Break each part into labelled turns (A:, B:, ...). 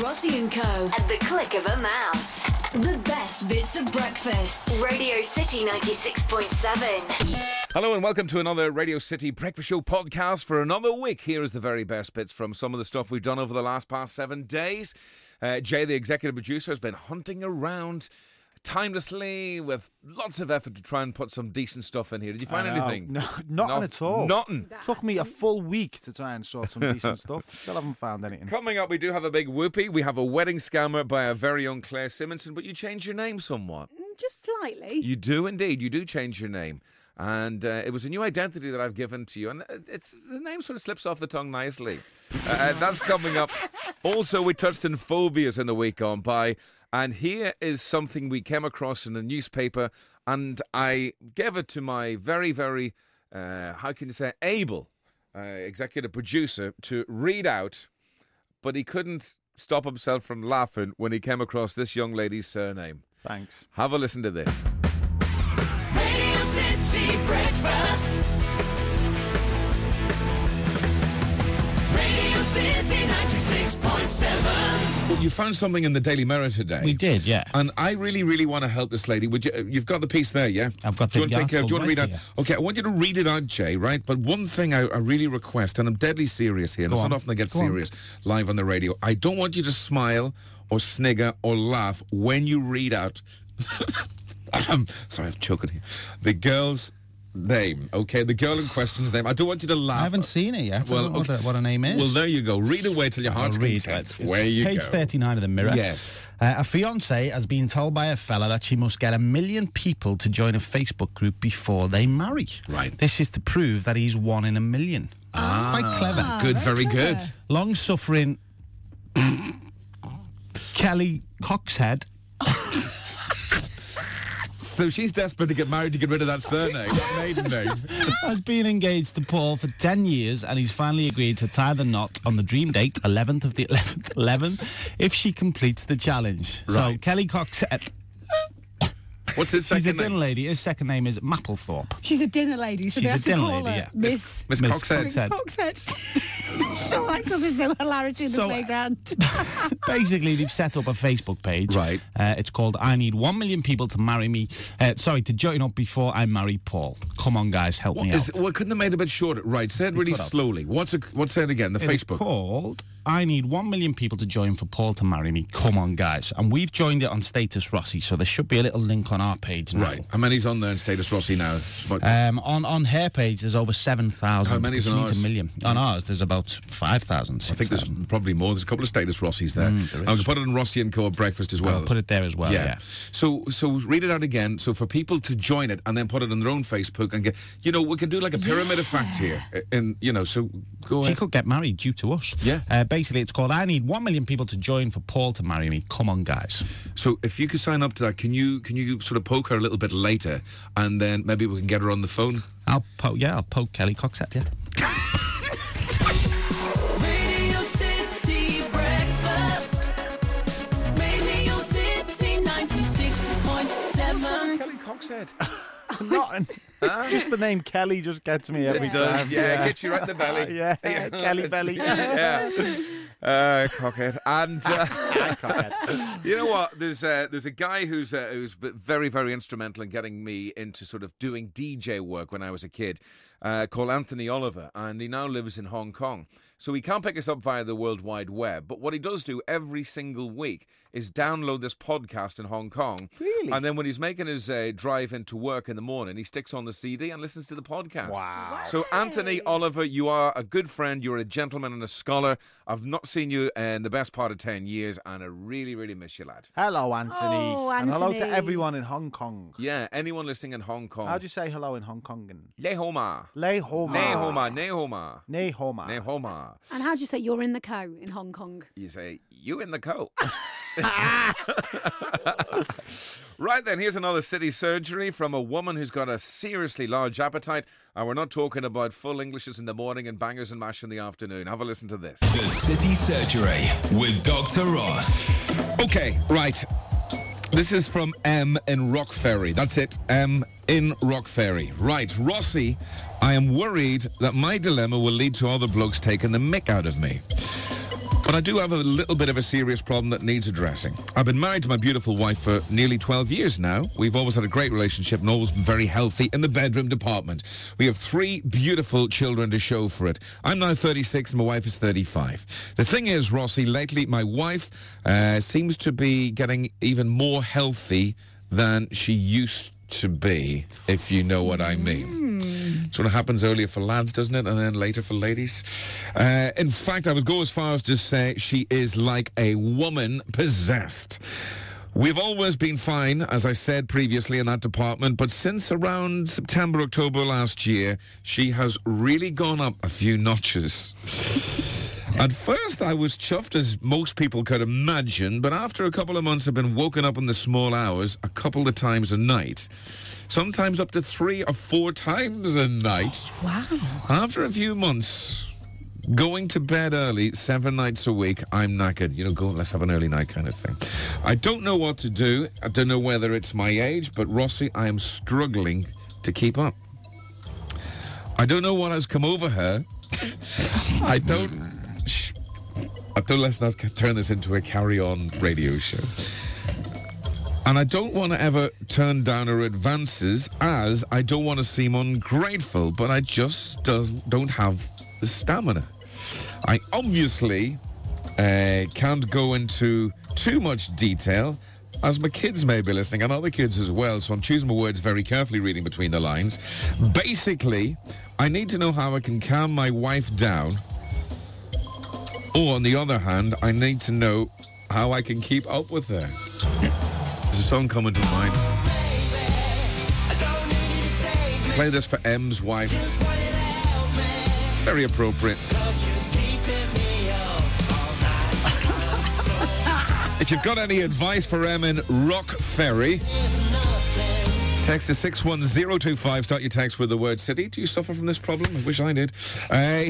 A: Rossi and Co. at the click of a mouse. The best bits of breakfast. Radio City 96.7.
B: Hello and welcome to another Radio City Breakfast Show podcast for another week. Here is the very best bits from some of the stuff we've done over the last past seven days. Uh, Jay, the executive producer, has been hunting around timelessly with lots of effort to try and put some decent stuff in here. Did you find
C: I know.
B: anything?
C: Oh, No, nothing
B: Noth-
C: at all.
B: Nothing.
C: Took me a full week to try and sort some decent stuff. Still haven't found anything.
B: Coming up, we do have a big whoopee. We have a wedding scammer by our very own Claire Simonson, but you changed your name somewhat.
D: Just slightly.
B: You do indeed. You do change your name. And uh, it was a new identity that I've given to you. And it- it's the name sort of slips off the tongue nicely. uh, that's coming up. Also, we touched on phobias in the week gone by. And here is something we came across in a newspaper. And I gave it to my very, very, uh, how can you say, able uh, executive producer to read out. But he couldn't stop himself from laughing when he came across this young lady's surname.
C: Thanks.
B: Have a listen to this.
E: Radio City Breakfast. Radio City 96.7.
B: Well, you found something in the Daily Mirror today.
F: We did, yeah.
B: And I really, really want to help this lady. Would you? uh, You've got the piece there, yeah.
F: I've got
B: Do you
F: the
B: want to take? Uh, do you want to read
F: article
B: out?
F: right
B: Okay, I want you to read it out, Jay. Right. But one thing I, I really request, and I'm deadly serious here. And
F: Go
B: it's
F: on.
B: not often I get
F: Go on.
B: serious live on the radio. I don't want you to smile or snigger or laugh when you read out. Ahem. Sorry, I've choking here. The girl's name. Okay, the girl in question's name. I don't want you to laugh.
F: I haven't seen it yet. I don't know what,
B: okay.
F: the- what her name is.
B: Well, there you go. Read away till your
F: I'll
B: heart's
F: read
B: content.
F: it.
B: Where you
F: Page
B: go.
F: 39 of the Mirror.
B: Yes.
F: Uh, a fiance has been told by a fella that she must get a million people to join a Facebook group before they marry.
B: Right.
F: This is to prove that he's one in a million. Ah. Quite clever.
B: Good, very good.
F: Long suffering Kelly Coxhead.
B: So she's desperate to get married to get rid of that surname, that maiden name.
F: has been engaged to Paul for 10 years and he's finally agreed to tie the knot on the dream date, 11th of the 11th, 11th, if she completes the challenge. So
B: Right.
F: Kelly Cox, uh,
B: What's his
F: she's a
B: second
F: dinner
B: name?
F: lady. His second name is Mapplethorpe.
D: She's a dinner lady, so
F: She's
D: they
F: a
D: have to
F: dinner
D: call
F: lady,
D: her
F: yeah.
D: Miss.
B: Miss
F: Miss
B: Coxhead.
F: Coxhead.
D: Coxhead. Sure, like, 'cause there's no hilarity in
F: So, uh,
D: the playground.
F: Basically, they've set up a Facebook page.
B: Right.
F: Uh, it's called I Need 1 Million People to Marry Me. Uh, sorry, to join up before I marry Paul. Come on, guys, help
B: What
F: me
B: is,
F: out.
B: well, couldn't have made it a bit shorter. Right, say it really
F: could have.
B: slowly. What's a, what's that again? The
F: It's
B: Facebook.
F: called I Need 1 Million People to Join for Paul to Marry Me. Come on, guys. And we've joined it on Status Rossi, so there should be a little link on our page now.
B: Right. How many's on there in Status Rossi now? What-
F: Um, on on her page, there's over seven thousand.
B: How many's on ours?
F: A million. On ours, there's about five thousand.
B: I think there's probably more. There's a couple of Status Rossi's there.
F: Mm, there
B: I'm going to
F: is.
B: put it on Rossi and Co. at breakfast as well.
F: I'll put it there as well. Yeah.
B: So so read it out again. So for people to join it and then put it on their own Facebook and get, you know, we can do like a pyramid of facts here. Uh, And you know, so go
F: She
B: ahead.
F: could get married due to us.
B: Yeah.
F: Uh, basically, it's called I Need One Million People to Join for Paul to Marry Me. Come on, guys.
B: So if you could sign up to that, can you can you sort of poke her a little bit later, and then maybe we can get her on the phone.
F: I'll po- yeah, I'll poke Kelly Cox at you.
E: Radio City Breakfast. Radio City 96.7.
B: Kelly Coxhead.
C: Nothing. just the name Kelly just gets me every time.
B: you right in the belly.
C: Yeah, Kelly Belly.
B: yeah. Uh, cockhead. And uh, you know what? There's uh, there's a guy who's uh, who's b- very very instrumental in getting me into sort of doing DJ work when I was a kid, uh, called Anthony Oliver, and he now lives in Hong Kong. So he can't pick us up via the World Wide Web, but what he does do every single week is download this podcast in Hong Kong. Really? And then when he's making his uh, drive into work in the morning, he sticks on the CD and listens to the podcast. Wow. So, Anthony Oliver, you are a good friend, you're a gentleman and a scholar. I've not seen you in the best part of 10 years, and I really, really miss you, lad.
C: Hello, Anthony.
D: Oh,
C: And hello to
D: Anthony.
C: everyone in Hong Kong.
B: Yeah, anyone listening in Hong Kong?
C: How do you say hello in Hong Kongan?
B: Ne Homa.
C: Lei Homa.
B: Ne Homa, Ne Homa.
C: Nei Homa.
B: Ne Homa.
D: and how do you say you're in the co in Hong Kong?
B: You say, you in the coat. right then, here's another city surgery from a woman who's got a seriously large appetite. And we're not talking about full Englishes in the morning and bangers and mash in the afternoon. Have a listen to this.
G: The City Surgery with Dr. Ross.
B: Okay, right. This is from M in Rock Ferry. That's it. M in Rock Ferry. Right, Rossi, I am worried that my dilemma will lead to other blokes taking the mick out of me. But I do have a little bit of a serious problem that needs addressing. I've been married to my beautiful wife for nearly 12 years now. We've always had a great relationship and always been very healthy in the bedroom department. We have three beautiful children to show for it. I'm now 36 and my wife is 35. The thing is, Rossi, lately my wife uh, seems to be getting even more healthy than she used to be, if you know what I mean. Sort of happens earlier for lads, doesn't it? And then later for ladies. Uh, in fact, I would go as far as to say she is like a woman possessed. We've always been fine, as I said previously, in that department, but since around September, October last year, she has really gone up a few notches. At first, I was chuffed, as most people could imagine, but after a couple of months, I've been woken up in the small hours a couple of times a night, sometimes up to three or four times a night.
D: Wow.
B: After a few months, going to bed early, seven nights a week, I'm knackered. You know, go, let's have an early night kind of thing. I don't know what to do. I don't know whether it's my age, but Rossi, I am struggling to keep up. I don't know what has come over her. I don't. Shh. I don't let's not ca- turn this into a carry-on radio show. And I don't want to ever turn down her advances, as I don't want to seem ungrateful, but I just does, don't have the stamina. I obviously uh, can't go into too much detail, as my kids may be listening, and other kids as well, so I'm choosing my words very carefully, reading between the lines. Basically, I need to know how I can calm my wife down or on the other hand, I need to know how I can keep up with her. There's a song coming to mind. Play this for M's wife. Very appropriate. If you've got any advice for M in Rock Ferry, Text is 61025. Start your text with the word city. Do you suffer from this problem? I wish I did. Uh,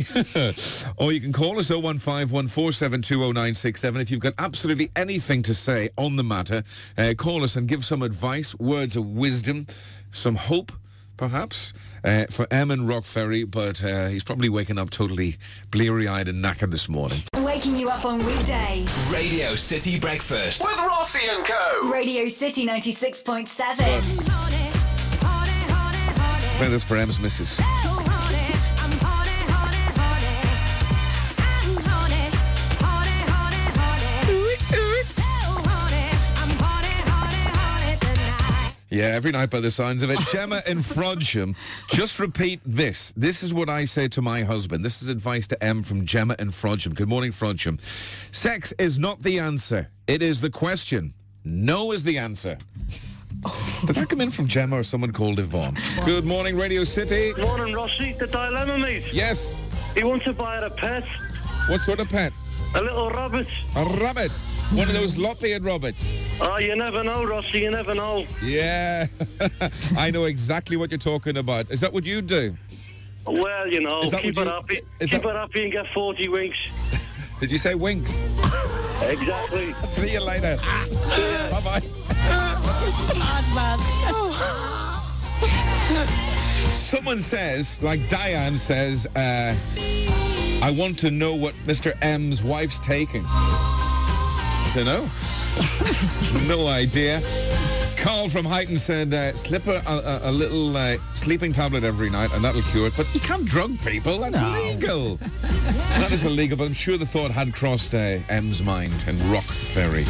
B: or you can call us 01514720967. If you've got absolutely anything to say on the matter, uh, call us and give some advice, words of wisdom, some hope, perhaps, uh, for Emin Rock Ferry. But uh, he's probably waking up totally bleary eyed and knackered this morning.
H: Waking you up on weekdays.
I: Radio City Breakfast.
J: With Rossi and Co.
H: Radio City 96.7.
B: Play this for M's missus. Yeah, every night by the signs of it. Gemma in Frodsham, just repeat this. This is what I say to my husband. This is advice to M from Gemma in Frodsham. Good morning, Frodsham. Sex is not the answer, it is the question. No is the answer. Did that come in from Gemma or someone called Yvonne? Good morning, Radio City.
K: Morning, Rossi. The dilemma, mate.
B: Yes.
K: He wants to buy her a pet,
B: What sort of pet?
K: a little rabbit.
B: A rabbit. One of those lop-eared rabbits.
K: Oh, you never know, Rossi. You never know.
B: Yeah. I know exactly what you're talking about. Is that what you do?
K: Well, you know,
B: Is that
K: keep
B: what
K: her
B: you-
K: happy.
B: is
K: keep
B: that-
K: her happy and get 40 winks.
B: Did you say winks?
K: Exactly.
B: See you later. bye bye. Someone says, like Diane says, uh, I want to know what Mr. M's wife's taking. Don't know. no idea. Carl from Highton said, uh, slip her a, a, a little uh, sleeping tablet every night and that'll cure it. But you can't drug people. That's illegal. that is illegal, but I'm sure the thought had crossed uh, M's mind and Rock Ferry.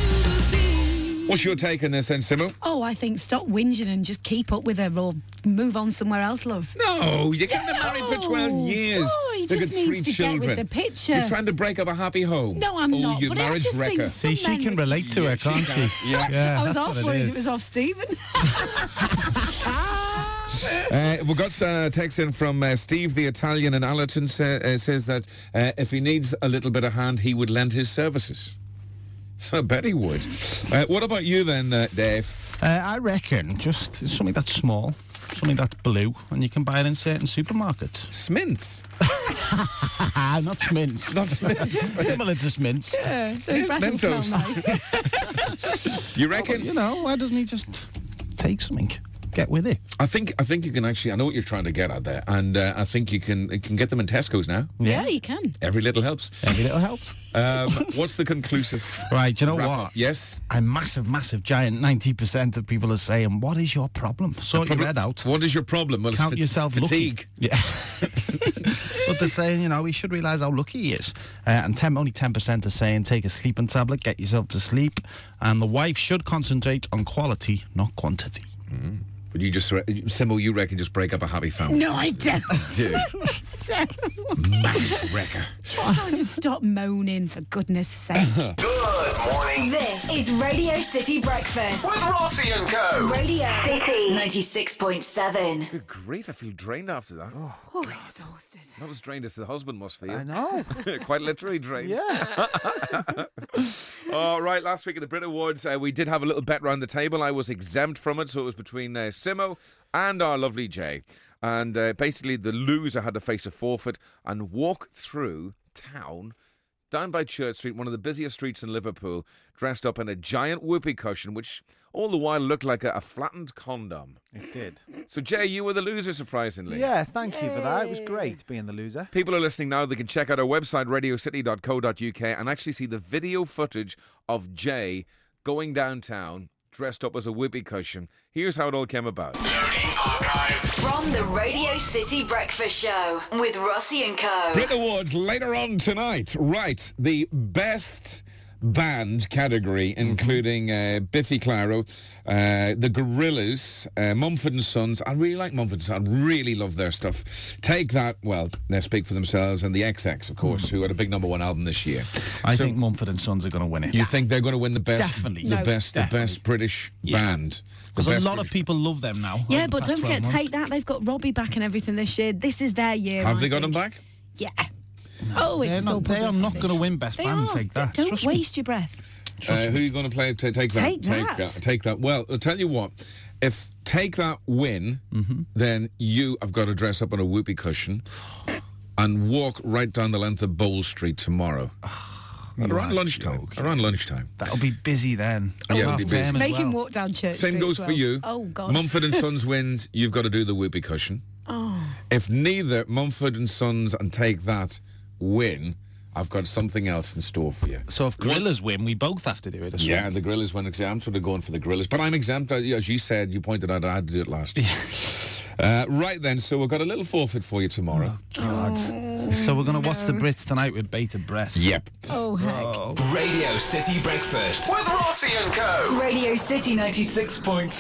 B: What's your take on this then, Simo?
D: Oh, I think stop whinging and just keep up with her or move on somewhere else, love.
B: No, you can't been married for 12
D: No.
B: years.
D: No, he
B: They've
D: just
B: got three
D: needs to get with
B: children.
D: the picture.
B: You're trying to break up a happy home.
D: No, I'm
B: oh,
D: not,
B: You
D: but I
B: marriage
D: just think
B: wrecker.
D: so.
F: See, she can relate to her, can't she? Yeah,
D: I was
F: that's
D: off
F: what
D: worried it,
F: is.
D: was off Stephen.
B: Uh, we've got uh, a text in from uh, Steve the Italian in Allerton sa- uh, says that uh, if he needs a little bit of hand, he would lend his services. So I bet he would. Uh, what about you then, uh, Dave?
F: Uh, I reckon just something that's small, something that's blue, and you can buy it in certain supermarkets.
B: Smints.
F: Ah, not mints.
B: Not smints.
F: Similar to mints.
D: so his breath will smell
B: Mentos.
D: nice.
B: You reckon?
F: You know, why doesn't he just take something? get with it.
B: I think I think you can actually. I know what you're trying to get at there, and uh, I think you can you can get them in Tesco's now.
D: Yeah, you can.
B: Every little helps.
F: Every little helps.
B: Um, what's the conclusive?
F: Right, do you know
B: wrap
F: what?
B: up? Yes.
F: A massive, massive, giant 90% of people are saying, What is your problem? Sort your head out.
B: What is your problem? Well, it's
F: Count
B: fat-
F: yourself
B: fatigue.
F: lucky. Yeah. but they're saying, you know, he should realise how lucky he is. Uh, and 10, only 10% are saying take a sleeping tablet, get yourself to sleep. And the wife should concentrate on quality, not quantity.
B: But you just, re- Simo, you reckon just break up a happy family?
D: No, I don't.
B: Dude, mad wrecker.
D: Trying to stop moaning, for goodness sake.
L: Good morning.
H: This is Radio City Breakfast.
L: With Rossi and Co.
H: Radio City 96.7.
B: Good grief! I feel drained after that.
D: Oh, exhausted.
B: Not as drained as the husband must feel.
C: I know.
B: Quite literally drained.
C: Yeah.
B: All right. Last week at the Brit Awards, uh, we did have a little bet round the table. I was exempt from it, so it was between uh, Simo and our lovely Jay. And uh, basically, the loser had to face a forfeit and walk through town. Down by Church Street, one of the busiest streets in Liverpool, dressed up in a giant whoopee cushion, which all the while looked like a, a flattened condom.
C: It did.
B: So, Jay, you were the loser, surprisingly.
C: Yeah, thank you for that. It was great being the loser.
B: People are listening now. They can check out our website, radiocity.co.uk, and actually see the video footage of Jay going downtown dressed up as a whippy cushion. Here's how it all came about.
H: From the Radio City Breakfast Show with Rossi and Co.
B: Brit Awards later on tonight. Right, the best band category, including uh, Biffy Clyro, uh, The Gorillas, uh, Mumford and Sons. I really like Mumford and Sons. I really love their stuff. Take that, well, they speak for themselves, and the XX, of course, who had a big number one album this year.
F: I
B: So-
F: think Mumford and Sons are going to win it.
B: You think they're going to win the best,
F: Definitely.
B: the
F: No,
B: best,
F: definitely.
B: the best British
F: Yeah.
B: band? The
F: Because
B: best
F: a lot
B: British-
F: of people love them now.
D: Yeah,
F: over the
D: but
F: past
D: don't
F: 12
D: forget,
F: months.
D: take that. They've got Robbie back and everything this year. This is their year.
B: have
D: I
B: they got them
D: think.
B: back?
D: Yeah. Oh, it's
F: They're
D: just
F: not-
D: all
F: they are not
D: publicity.
F: gonna win Best
D: They are.
F: Band, take that.
D: Don't
F: Trust me.
D: waste your breath.
B: Uh, who are you going to play? Ta- take that.
D: Take that.
B: Take that. Well, I'll tell you what. If take that win,
F: Mm-hmm.
B: then you have got to dress up on a whoopee cushion and walk right down the length of Bowl Street tomorrow.
F: Ah,
B: At around lunchtime. Around lunchtime.
F: That'll be busy then.
B: Yeah, it'll be
F: Half term
B: busy.
F: as
D: Make him
F: well.
D: walk down church.
B: Same
D: Street
B: goes
D: as
B: for
D: well.
B: you.
D: Oh, God.
B: Mumford and Sons wins. You've got to do the whoopee cushion.
D: Oh.
B: If neither Mumford and Sons and Take That win, I've got something else in store for you.
F: So if Gorillas win, we both have to do it.
B: Yeah, the Gorillas went exempt, so they're going for the Gorillas. But I'm exempt, uh, as you said, you pointed out, I had to do it last year. Uh, right then, so we've got a little forfeit for you tomorrow.
F: God. So we're going to watch the Brits tonight with bated breath.
B: Yep.
D: Oh, heck.
M: Radio City Breakfast.
L: With Rossi and Co.
H: Radio City 96.
B: Right,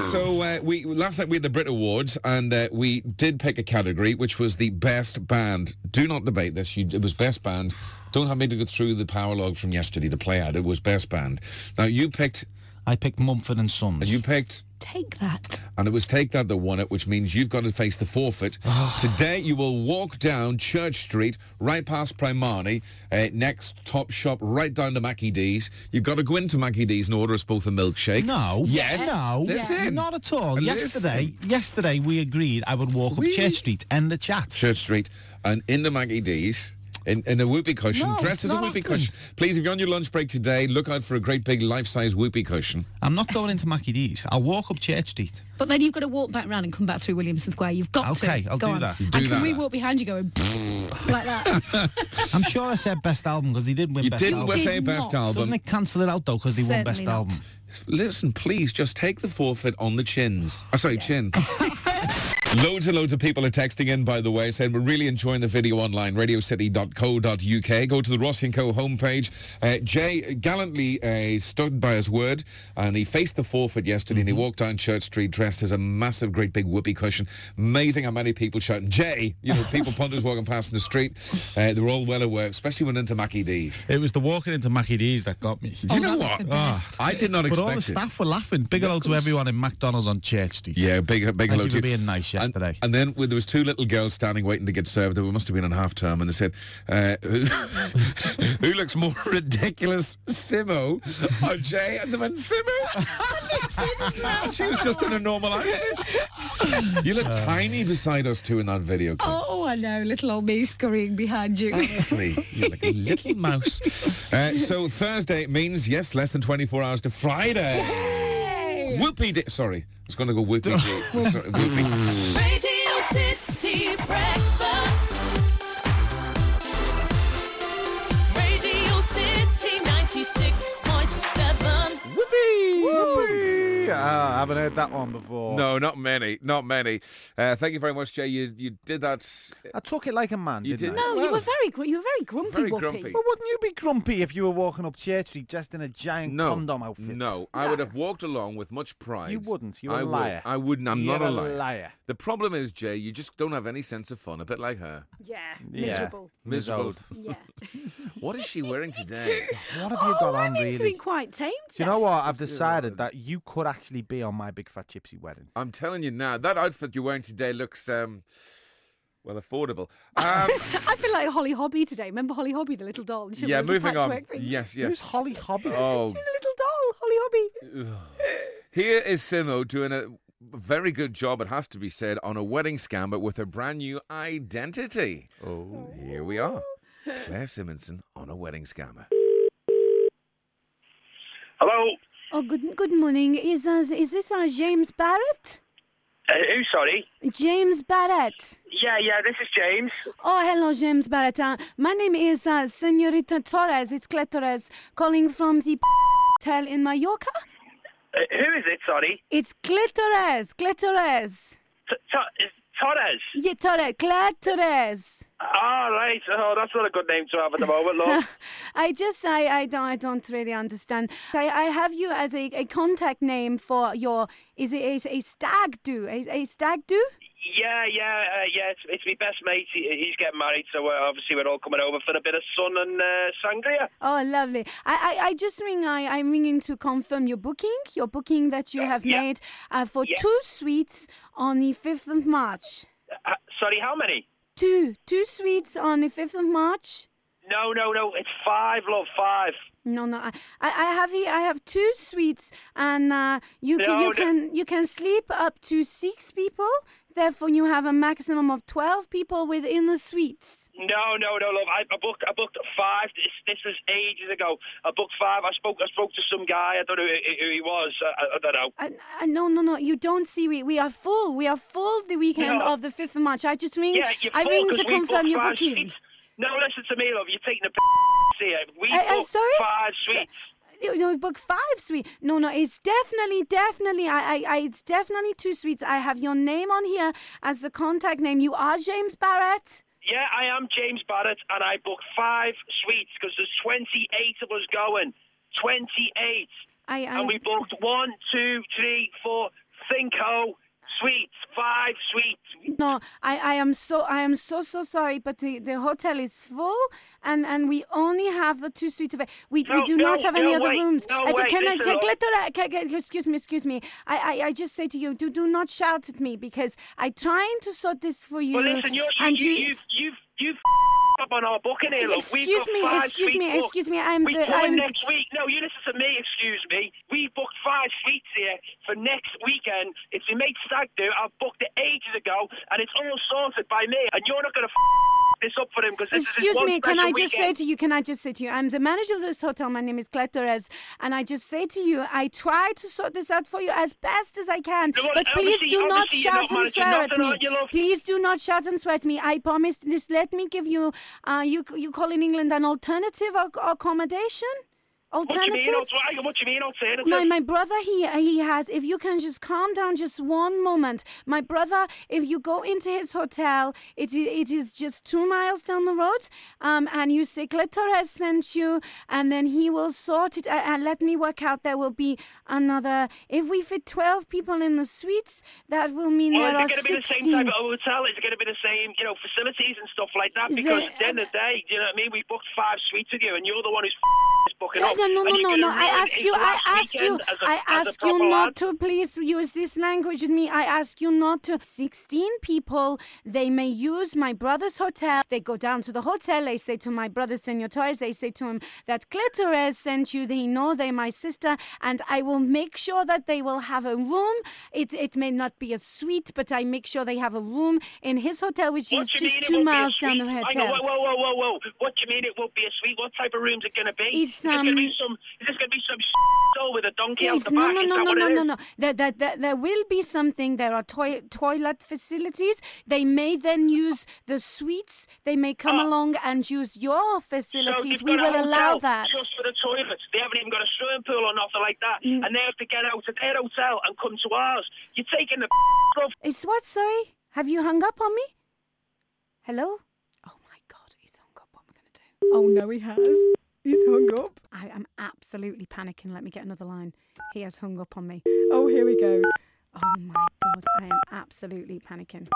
B: so uh, we last night we had the Brit Awards, and uh, we did pick a category, which was the best band. Do not debate this. You, it was best band. Don't have me to go through the power log from yesterday to play out. It was best band. Now you picked,
F: I picked Mumford and Sons.
B: and you picked,
D: Take that.
B: and it was Take That that won it, which means you've got to face the forfeit.
F: Ah.
B: Today you will walk down Church Street, right past Primani, uh, next top shop, right down to Mackie D's. You've got to go into Mackie D's and order us both a milkshake.
F: No.
B: Yes.
F: No.
B: Listen.
F: Not at all.
B: Listen.
F: Yesterday, yesterday we agreed I would walk
B: We-
F: up Church Street. End the chat.
B: Church Street and in the Maggie D's. In, in a whoopee cushion,
F: No,
B: dressed
F: it's
B: as a
F: not
B: whoopee
F: happening.
B: cushion. Please, if you're on your lunch break today, look out for a great big life-size whoopee cushion.
F: I'm not going into Mackie D's. I'll walk up Church Street.
D: But then you've got to walk back round and come back through Williamson Square. You've got to.
F: Okay, I'll
D: Go
F: do
D: on.
F: that.
D: And
B: Do
D: can
B: that.
D: we walk behind you going like that?
F: I'm sure I said best album because they did win
B: You
F: best
B: didn't
F: album.
B: say
D: Did
B: best
D: not.
B: album.
F: Doesn't it cancel it out though because they won
D: Certainly
F: best
D: not.
F: album?
B: Listen, please, just take the forfeit on the chins. Oh, sorry, chin. loads and loads of people are texting in, by the way, saying we're really enjoying the video online, radiocity.co.uk. Go to the Rossi & Co homepage. Uh, Jay gallantly uh, stood by his word and he faced the forfeit yesterday and he walked down Church Street dressed as a massive, great big whoopee cushion. Amazing how many people shouting, Jay! You know, people, punters walking past in the street. Uh, they were all well aware, especially when into Mackie D's.
F: It was the walking into Mackie D's that got me.
B: you know
D: that was
B: what? Ah,
D: the best.
B: I did not
F: But
B: expect
F: all the
B: it.
F: staff were laughing. Big hello to everyone in McDonald's on Church Street.
B: Yeah, big, big
F: Thank
B: hello
F: you
B: to
F: for being nice
B: And-
F: yesterday.
B: And, then well, there was two little girls standing waiting to get served. They must have been on half term, and they said, uh, who, "Who looks more ridiculous, Simo or Jay?" And they went, "Simo." she was just in a normal outfit. you look
F: Uh.
B: tiny beside us two in that video clip.
D: oh, I know. Little old me scurrying behind you.
B: Honestly, you're like a little mouse. Uh, so Thursday means yes, less than 24 hours to Friday.
N: Whoopie dee. Sorry, I was going to go whoopie dee. Sorry, whoopie.
E: Radio City Breakfast. Radio City 96.7.
N: Oh.
C: Yeah, Ah, I haven't heard that one before.
N: No, not many, not many. Uh, thank you very much, Jay. You you did that.
C: I took it like a man,
N: You
C: didn't
N: did.
C: I?
D: No, you were very gr- you were very grumpy.
N: Very
D: Whoopi.
N: grumpy.
C: Well, wouldn't you be grumpy if you were walking up Church Street dressed in a giant
N: No,
C: condom outfit?
N: no, I would have walked along with much pride.
C: You wouldn't, you're a
N: I would-
C: liar.
N: I wouldn't. I'm
C: You're
N: not a
C: a
N: liar.
C: liar.
N: The problem is, Jay, you just don't have any sense of fun. A bit like her,
D: Yeah,
C: Yeah.
D: miserable.
N: miserable.
C: old.
D: Yeah.
N: What is she wearing today?
C: What have you got
D: oh,
C: on,
D: I mean,
C: really?
D: something quite tame.
C: Do you know what? I've decided that you could actually be on my big fat gypsy wedding.
N: I'm telling you now, that outfit you're wearing today looks um, well affordable. Um,
D: I feel like Holly Hobby today. Remember Holly Hobby, the little doll? She had
N: yeah,
D: little
N: moving on.
D: patchwork things?
N: Yes,
C: Who's
N: yes.
C: Holly Hobby?
N: Oh,
D: She's a little doll, Holly Hobby.
N: Here is Simo doing a very good job, it has to be said, on a wedding scam, but with her brand new identity. Oh. Here we are. Claire Simonson on a wedding scammer.
K: Hello?
D: Oh, good good morning. Is uh, is this uh, James Barrett?
K: Uh, who, sorry?
D: James Barrett.
K: Yeah, yeah, this is James.
D: Oh, hello, James Barrett. Uh, my name is uh, Senorita Torres. It's Claire Torres calling from the hotel in Mallorca.
K: Uh, who is it, sorry?
D: It's Clitoris, Clitoris.
K: T- T- is- Torres.
D: Yeah, Torres, Claire Torres.
K: All right. Oh, that's not a good name to have at the moment, love.
D: I just, I, I don't, I don't really understand. I, I have you as a, a contact name for your, is it is a stag do, a, a stag do?
K: yeah, yeah, uh, yeah. It's, it's my best mate. He, he's getting married, so uh, obviously we're all coming over for a bit of sun and uh, sangria.
D: Oh, lovely. I, I, I just ring, I, I'm ringing to confirm your booking, your booking that you have
K: yeah.
D: made uh, for
K: Yeah.
D: two suites on the 5th of March.
K: Uh, sorry, how many?
D: Two, two suites on the 5th of March.
K: No, no, no. It's five, love, five.
D: No, no, I, I I have here, I have two suites, and uh, you can,
K: No,
D: you
K: no.
D: can you can sleep up to six people. Therefore, you have a maximum of twelve people within the suites.
K: No, no, no, love. I, I booked. I booked five. This, this was ages ago. I booked five. I spoke. I spoke to some guy. I don't know who, who he was. I, I don't know.
D: Uh, uh, no, no, no, you don't see. We we are full. We are full the weekend
K: No.
D: of the fifth of March. I just ring.
K: Yeah, you
D: I
K: full,
D: ring
K: 'cause
D: to
K: we
D: confirm
K: booked
D: your
K: five
D: booking.
K: Suites. No, listen to me, love. You're taking the p- here. We
D: Uh, uh,
K: booked
D: sorry?
K: five
D: So-
K: suites.
D: You know, book five suite. No, no, it's definitely, definitely. I, I, I, it's definitely two suites. I have your name on here as the contact name. You are James Barrett.
K: Yeah, I am James Barrett, and I booked five suites because there's 28 of us going. 28.
D: I, I
K: And we booked one, two, three, four, Thinko, suites, five suites.
D: No, I, I am so I am so so sorry, but the, the hotel is full and, and we only have the two suites of We we
K: No,
D: do not
K: no,
D: have
K: no
D: any other
K: way,
D: rooms.
K: no
D: I,
K: way,
D: can I
K: listen,
D: can,
K: I'll-
D: glitter- can- can- excuse me, excuse me. I, I, I just say to you, do do not shout at me because I trying to sort this for you.
K: Well, listen, you're,
D: and
K: you,
D: you,
K: you, you've, you've up on our booking here. Look, We've
D: Excuse
K: got
D: me,
K: five
D: excuse
K: suites
D: me,
K: booked.
D: excuse me, I'm
K: we
D: the-
K: go in
D: I'm-
K: next week. No, you listen to me. Excuse me. We booked five suites here for next weekend. It's the mate stag do. I booked it ages ago, and it's all sorted by me. And you're not going to this up for him because this is his
D: Excuse
K: one
D: me, can I
K: special
D: just say
K: weekend.
D: to you, can I just say to you, I'm the manager of this hotel, my name is Claire Torres, and I just say to you, I try to sort this out for you as best as I can,
K: You know what,
D: but please
K: obviously-
D: do not
K: obviously you're
D: shout
K: not
D: and
K: managing
D: swear at
K: nothing,
D: me.
K: aren't you, love?
D: Please do not shout and swear at me. I promise, just let me give you, uh, you, you call in England an alternative ac- accommodation?
K: What do you
D: Alternative?
K: mean? alter- What do you mean? Alternative?
D: My my brother he he has. If you can just calm down just one moment, my brother. If you go into his hotel, it i- it is just two miles down the road. Um, and you say Clitor has sent you, and then he will sort it. uh, And and let me work out. There will be another. If we fit twelve people in the suites, that will mean
K: Well,
D: there are
K: is it going to be the
D: sixteen.
K: same type of hotel? Is it going to be the same, you know, facilities and stuff like that?
D: Is
K: Because
D: it-
K: at the end of the day, you know what I mean? We booked five suites with you, and you're the one who's this booking
D: No,
K: up.
D: no, no,
K: And
D: no,
K: you're
D: no,
K: gonna
D: no. I
K: ruin
D: ask
K: his
D: you, I
K: last
D: ask you,
K: weekend as a-
D: I
K: as a
D: ask you
K: proper
D: not
K: lad.
D: to please use this language with me. I ask you not to. 16 people, they may use my brother's hotel. They go down to the hotel. They say to my brother, Senor Torres, they say to him that Clitoris sent you. They know they're my sister, and I will make sure that they will have a room. It, it may not be a suite, but I make sure they have a room in his hotel, which
K: What
D: is
K: do you
D: just
K: mean it
D: two
K: won't be a
D: miles down the
K: suite?
D: hotel.
K: Hang on, whoa, whoa, whoa, whoa, whoa. What do you mean it won't be a suite? What type of room's it going to be?
D: It's,
K: is this going
D: um,
K: to be some? Is this going to be some over that don't monkey out
D: Please,
K: the
D: no,
K: back.
D: no,
K: Is
D: no,
K: that
D: no,
K: what it
D: no,
K: is?
D: no, no. There, there, there, there will be something. There are toi- toilet facilities. They may then use the suites. They may come
K: Oh.
D: along and use your facilities.
K: they've
D: we
K: got a
D: will allow
K: hotel
D: that.
K: Just for the toilets. They haven't even got a swimming pool or nothing like that.
D: Mm.
K: And they have to get out of their hotel and come to ours. You're taking the off.
D: It's what? Sorry, have you hung up on me? Hello? Oh no, he has. He's hung up. I am absolutely panicking. Let me get another line. He has hung up on me. Oh, here we go. Oh my god, I am absolutely panicking.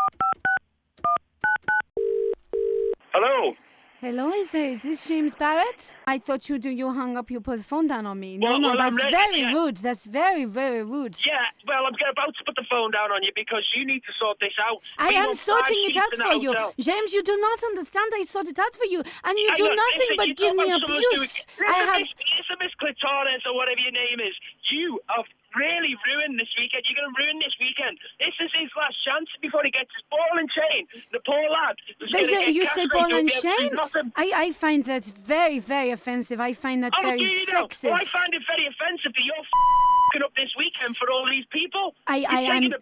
K: Hello?
D: Hello, is, there, is this James Barrett? I thought you do. You hung up. You put the phone down on me. No,
K: Well,
D: no,
K: well, I'm
D: that's
K: ready,
D: very
K: yeah.
D: rude. That's very, very rude.
K: Yeah, well, I'm about to put the phone down on you because you need to sort this out.
D: I
K: We
D: am
K: want five
D: sorting it
K: seats
D: out
K: in a
D: for you,
K: hotel.
D: James. You do not understand. I sort it out for you, and you
K: Hang
D: do
K: on,
D: nothing
K: listen, you
D: but give
K: talk
D: me
K: about someone doing-
D: abuse.
K: Listen,
D: I have.
K: Miss- Listen, Miss Clitoris, or whatever your name is, you have really ruined this weekend. You're going to ruin this weekend. This is his last chance before he gets his ball and chain. The poor lad. is
D: There's
K: gonna
D: a,
K: get
D: you say
K: castrated,
D: ball
K: he'll
D: and
K: be able to do
D: chain.
K: nothing.
D: I, I find that very, very offensive. I find that
K: Oh,
D: very
K: do you know?
D: sexist.
K: Well, I find it very offensive that you're f***ing up this weekend for all these people.
D: I,
K: You're
D: I am.
K: taking the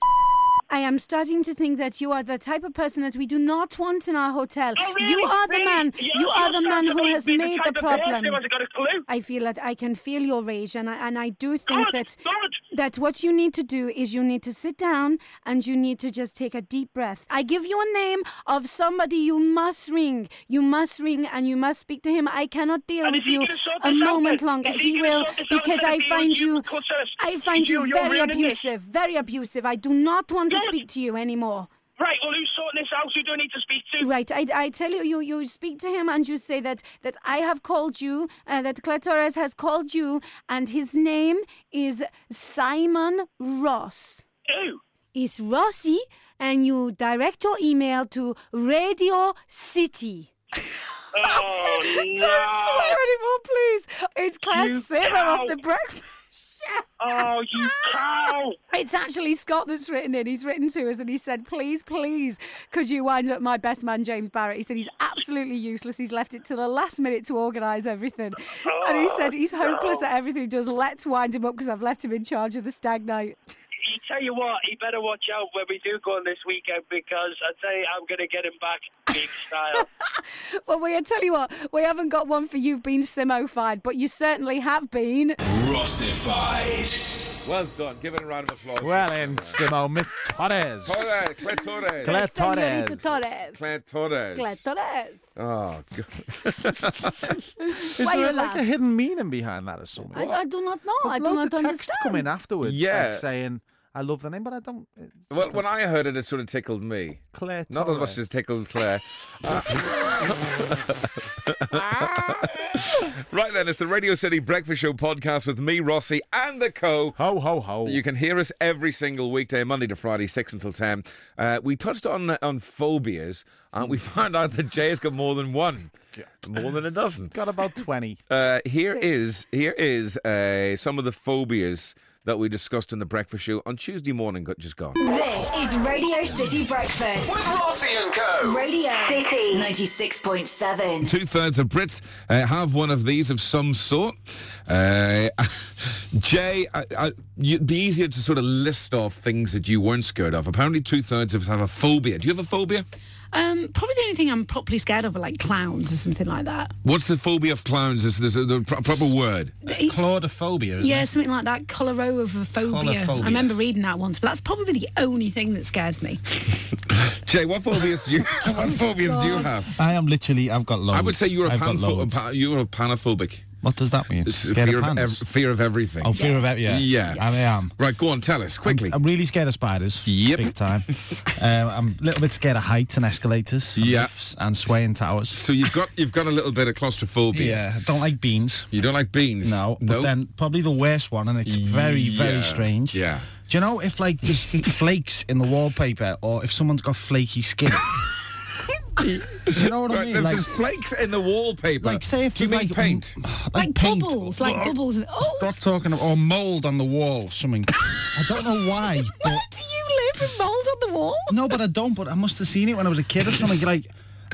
D: I am starting to think that you are the type of person that we do not want in our hotel.
K: Oh, really?
D: You are the
K: Really?
D: man.
K: You're-
D: you are
K: you're
D: the man
K: starting
D: who
K: to
D: has
K: be the
D: made
K: type
D: the
K: of person
D: problem.
K: who hasn't got a clue.
D: I feel that I can feel your rage, and I and I do think
K: Good,
D: that
K: good.
D: that what you need to do is you need to sit down and you need to just take a deep breath. I give you a name of somebody you must ring. You must ring, and you must speak to him. I cannot deal
K: And is
D: with
K: he
D: you
K: gonna sort
D: a
K: this out
D: moment
K: then?
D: longer.
K: Is
D: He
K: gonna
D: will
K: sort this out
D: because
K: then
D: I
K: if he
D: find
K: wants
D: you.
K: to cut us?
D: I find you,
K: uh, you're
D: very
K: ruining this.
D: abusive, very abusive. I do not want to speak to you anymore.
K: Right, well, who's sorting this out? Who do I need to speak to?
D: Right, I, I tell you, you, you speak to him and you say that, that I have called you, uh, that Clitoris has called you, and his name is Simon Ross.
K: Who?
D: It's Rossi, and you direct your email to Radio City.
K: Oh,
D: Don't
K: no.
D: swear anymore, please. It's
K: You
D: class zero of the
K: cow.
D: breakfast.
K: Oh, you cow!
D: It's actually Scott that's written in. He's written to us and he said, please, please, could you wind up my best man, James Barrett? He said he's absolutely useless. He's left it to the last minute to organise everything. and he said he's hopeless at everything he does. Let's wind him up because I've left him in charge of the stag night.
K: You tell you what, he better watch out when we do go on this weekend because I tell you, I'm going to get him back big style.
D: Well, we I tell you what, we haven't got one for you've been simofied, but you certainly have been.
B: Rossified. Well done. Give it a round of applause.
C: Well in, Simo, Miss Torres.
B: Torres, Claire Torres.
C: Claire Torres.
D: Torres.
B: Claire Torres.
D: Claire Torres.
B: Oh, God.
C: Is
D: Why
C: there
D: you
C: like a
D: laugh?
C: hidden meaning behind that or something?
D: I, I do not know.
C: There's
D: I do
C: loads
D: not
C: of texts
D: understand.
C: coming afterwards,
B: Yeah.
C: like saying, "I love the name, but I don't." uh,
B: well, when I heard it, it sort of tickled me.
C: Claire
B: Not as much
C: Torres.
B: as tickled Claire. right then, it's the Radio City Breakfast Show podcast with me, Rossi, and the co.
C: Ho ho ho!
B: You can hear us every single weekday, Monday to Friday, six until ten. Uh, we touched on on phobias, and we found out that Jay has got more than one, more than a dozen.
C: Got about twenty.
B: Uh, here is here is uh, some of the phobias that we discussed in the breakfast show on Tuesday morning. Got just gone.
H: This is Radio City Breakfast.
O: With Rossi and Co.
H: Radio City 96.7.
B: Two thirds of Brits uh, have one of these of some sort. Uh, Jay, I, I, you'd be easier to sort of list off things that you weren't scared of. Apparently, two thirds of us have a phobia. Do you have a phobia?
E: Um, probably the only thing I'm properly scared of are like clowns or something like that.
B: What's the phobia of clowns? Is there's a the pro- proper word?
E: It's-
F: Claudophobia, isn't
E: yeah,
F: it?
E: something like that. Cholorophobia.
F: Colophobia.
E: I remember reading that once, but that's probably the only thing that scares me.
B: Jay, what phobias do you what phobias do you have?
F: I am literally, I've got loads.
B: I would say you're a,
F: I've got
B: panpho-
F: loads.
B: pa- you're a panophobic.
F: What does that mean?
B: It's
F: Scared
B: fear
F: of
B: of,
F: pandas?
B: ev- fear of everything.
F: oh, fear of it, yeah.
B: Yeah.
F: I am.
B: Right, go on, tell us quickly.
F: I'm really scared of spiders.
B: Yep.
F: Big time. um, I'm a little bit scared of heights and escalators. and
B: Yeah.
F: lifts And swaying towers.
B: so you've got you've got a little bit of claustrophobia.
F: Yeah. I don't like beans.
B: You don't like beans?
F: No.
B: no.
F: But then probably the worst one, and it's very, very
B: Yeah.
F: strange.
B: Yeah.
F: Do you know if like there's flakes in the wallpaper or if someone's got flaky skin? Do you know what I
B: Right,
F: mean?
B: if
F: Like,
B: there's flakes in the wallpaper.
F: like say if
B: do you
F: there's
B: mean
F: like
B: paint?
F: like,
E: like
F: paint.
E: bubbles, like bubbles. and- Oh,
F: Stop talking or mold on the wall, something. I don't know why, but
E: where do you live with mould on the wall?
F: no, but I don't. But I must have seen it when I was a kid or something. Like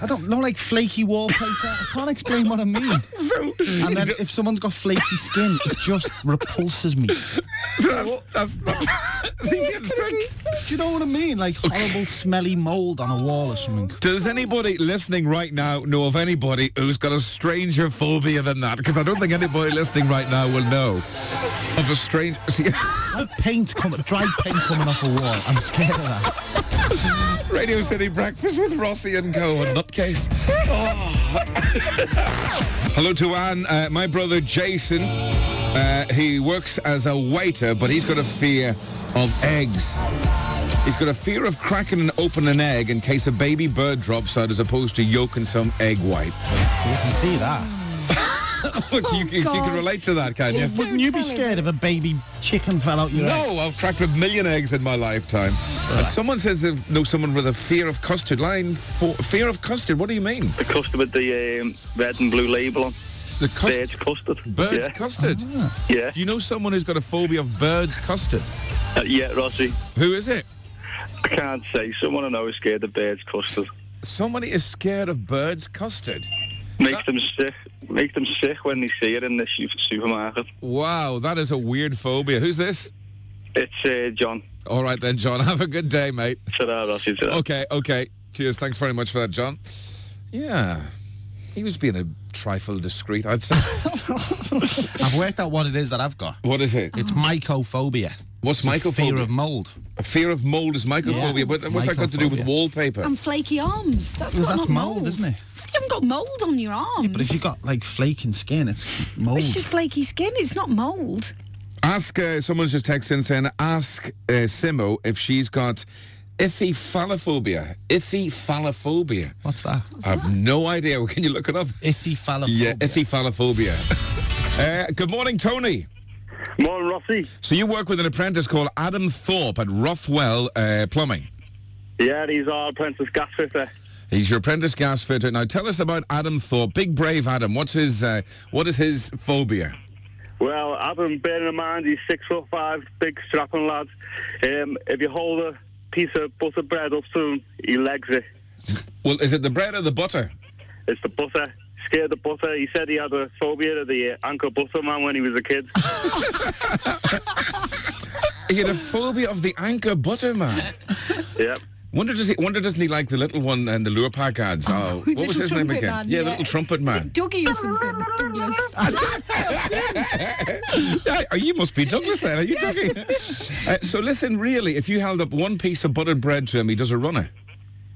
F: I don't know, like flaky wallpaper. I can't explain what I mean.
B: So-
F: and then if someone's got flaky skin, it just repulses me.
B: So that's, that's, that's
F: Do you know what I mean? Like horrible, smelly mold on a wall or something.
B: Does anybody listening right now know of anybody who's got a stranger phobia than that? Because I don't think anybody listening right now will know of a strange. See,
F: Like paint, com- dry paint coming off a wall. I'm scared of that.
B: Radio City Breakfast with Rossi and Co. on Nutcase. Oh. Hello to Anne. Uh, my brother Jason, uh, he works as a waiter, but he's got a fear of eggs. He's got a fear of cracking and opening an egg in case a baby bird drops out as opposed to yolking some egg white.
F: You can see that.
B: Look, you, you, you can
F: God.
B: relate to that, can you?
F: Wouldn't you be scared if a baby chicken fell out your egg?
B: No, I've cracked a million eggs in my lifetime. And someone says they know someone with a fear of custard. Line four, fear of custard. What do you mean?
P: The custard with the um, red and blue label on.
B: The custard.
P: Bird's custard.
B: Birds
P: yeah.
B: custard.
F: Ah.
P: Yeah.
B: Do you know someone who's got a phobia of birds custard?
P: Uh, yeah, Rossi.
B: Who is it?
P: I can't say. Someone I know is scared of bird's custard.
B: Somebody is scared of birds custard.
P: Makes them sick. Makes them sick when they see it in the su- supermarket.
B: Wow, that is a weird phobia. Who's this?
P: It's uh, John.
B: All right then, John. Have a good day, mate.
P: Ta-da, Rossi. Ta-da.
D: Oh.
B: Okay, okay. Cheers. Thanks very much for that, John. Yeah. He was being a trifle discreet, I'd say.
F: I've worked out what it is that I've got.
B: What is it?
F: It's mycophobia.
B: What's
F: It's a
B: mycophobia?
F: Fear of mold.
B: A fear of mold is mycophobia,
F: Yeah.
B: but what's that got to do with
F: Mycophobia.
B: wallpaper?
Q: And flaky arms.
C: Hmm.
Q: That's
F: Because
Q: not not
F: that's mould, isn't it?
Q: You haven't got mould on your arms.
F: But if you've got like flaking skin, it's mold.
Q: It's just flaky skin. It's not mould.
B: Ask, uh, someone's just texted in saying, ask uh, Simo if she's got ithifalophobia. Ithifalophobia.
F: What's that?
B: I've no idea. Can you look it up?
F: Ithifalophobia.
B: Yeah, ithifalophobia. uh, good morning, Tony.
R: Morning, Rossi.
B: So you work with an apprentice called Adam Thorpe at Roughwell uh, Plumbing.
R: Yeah, these are eh? apprentice gas fitter.
B: He's your apprentice gas fitter. Now tell us about Adam Thorpe, big brave Adam. What's his? Uh, what is his phobia?
R: Well, Adam, bearing in mind he's six foot five, big strapping lad. Um, if you hold a piece of butter bread up to him, he legs it.
B: Well, is it the bread or the butter?
R: It's the butter. Scared of butter. He said he had a phobia of the uh, ankle butter man when he was a kid.
B: He had a phobia of the anchor butter man.
R: yep.
B: Wonder does he? Wonder doesn't he like the little one and the lure pack ads? Oh,
Q: the
B: what was
Q: little
B: his name
Q: trumpet
B: again?
Q: man,
B: yeah, the
Q: yeah.
B: little trumpet man.
Q: Dougie or something. Douglas.
B: Yeah, oh, you must be Douglas then. Are you joking? Uh, so listen, really, if you held up one piece of buttered bread to him, he does a runner.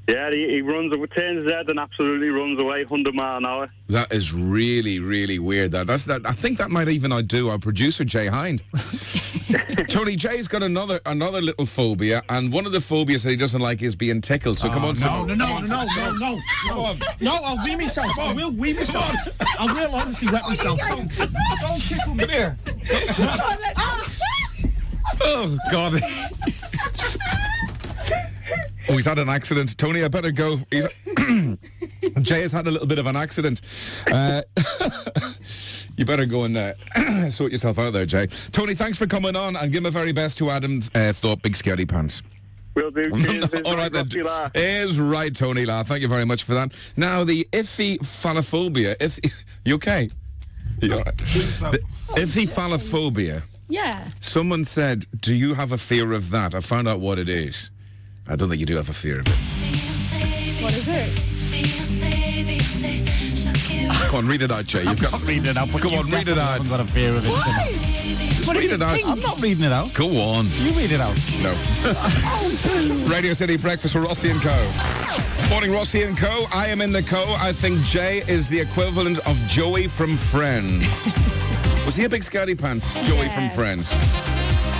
R: Yeah, he, he runs, turns his head and absolutely runs away 100 mile an hour.
B: That is really, really weird. That that's that. I think that might even outdo our producer Jay Hind. Tony Jay's got another another little phobia, and one of the phobias that he doesn't like is being tickled. So come on,
F: Oh, No,
B: Simone.
F: no, no, no, no, no, no. No, I'll wee myself. I will wee myself. I will honestly wet myself. Don't, don't tickle me.
B: Come here. Oh God. Oh, he's had an accident. Tony, I better go. He's Jay has had a little bit of an accident. Uh, you better go and uh, sort yourself out there, Jay. Tony, thanks for coming on and give my very best to Adam uh, Thorpe, Big Scary Pants.
R: Will do. Cheers.
B: All right, then.
R: Rossi, lad.
B: Is right, Tony La. Thank you very much for that. Now, the ithifalophobia. Ith- you okay? You all right? The ithifalophobia.
Q: Yeah.
B: Someone said, Do you have a fear of that? I found out what it is. I don't think you do have a fear of it.
Q: What is it?
B: Come on, read it out, Jay. You've got to read it out. Come on, read it out. I've got a
F: fear of it.
B: Just read it, out.
F: I'm not reading it out.
B: Go on.
F: You read it out.
B: No. Radio City Breakfast with Rossi and Co. Morning, Rossi and Co. I am in the Co. I think Jay is the equivalent of Joey from Friends. Was he a big scary pants? Joey from Friends.